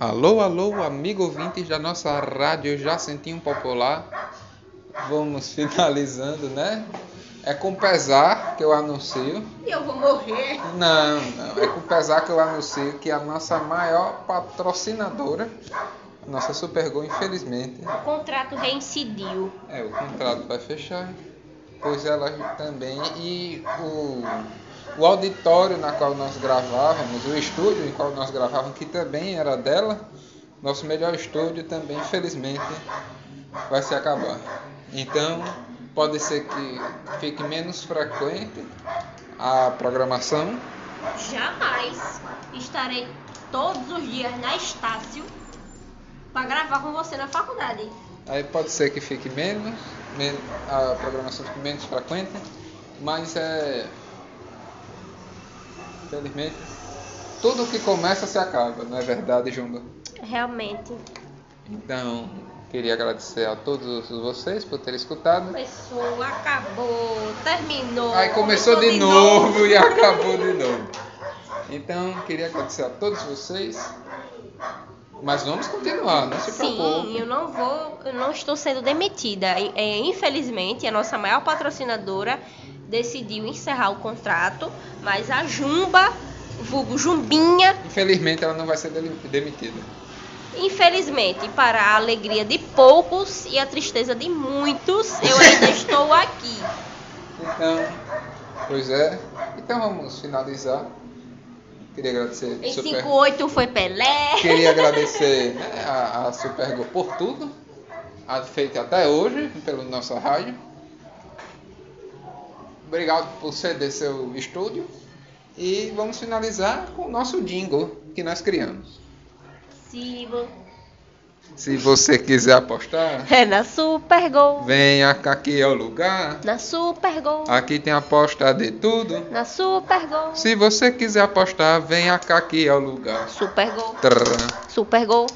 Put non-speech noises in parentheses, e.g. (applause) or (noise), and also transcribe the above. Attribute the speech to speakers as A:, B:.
A: Alô, alô, amigo ouvintes da nossa rádio Jacentinho Popular. Vamos finalizando, né? É com pesar que eu anuncio.
B: Eu vou morrer.
A: Não, não. É com pesar que eu anuncio que a nossa maior patrocinadora, a nossa Supergol, infelizmente,
B: O contrato reincidiu.
A: é o contrato vai fechar. Pois ela também e o, o auditório na qual nós gravávamos, o estúdio em qual nós gravávamos, que também era dela, nosso melhor estúdio também, infelizmente, vai se acabar. Então, pode ser que fique menos frequente a programação,
B: Jamais estarei todos os dias na Estácio pra gravar com você na faculdade.
A: Aí pode ser que fique menos, men- a programação fique menos frequente, mas é. Infelizmente, tudo que começa se acaba, não é verdade, Jumba?
B: Realmente.
A: Então, queria agradecer a todos vocês por terem escutado.
B: Começou, acabou, terminou.
A: Aí começou de novo e
B: (laughs)
A: acabou de novo. Então, queria agradecer a todos vocês. Mas vamos continuar, não se
B: Sim,
A: preocupe.
B: eu não vou, eu não estou sendo demitida. E- é, Infelizmente, a nossa maior patrocinadora decidiu encerrar o contrato, mas a Jumba, vulgo Jumbinha,
A: Infelizmente, ela não vai ser deli- demitida.
B: Infelizmente, para a alegria de poucos e a tristeza de muitos, eu ainda estou aqui.
A: Então, pois é. Então vamos finalizar. Queria agradecer
B: Em
A: super.
B: 58 foi Pelé.
A: Queria agradecer né, a, a Supergo por tudo. A feito até hoje pelo nosso rádio. Obrigado por ceder seu estúdio. E vamos finalizar com o nosso jingle que nós criamos.
B: Se vo-
A: Se você quiser apostar,
B: É na Super Gol.
A: venha cá aqui é o lugar.
B: Na Super Gol.
A: Aqui tem aposta de tudo.
B: Na Super Gol.
A: Se você quiser apostar, venha cá que é o lugar.
B: Super Gol.
A: Trrr.
B: Super Gol.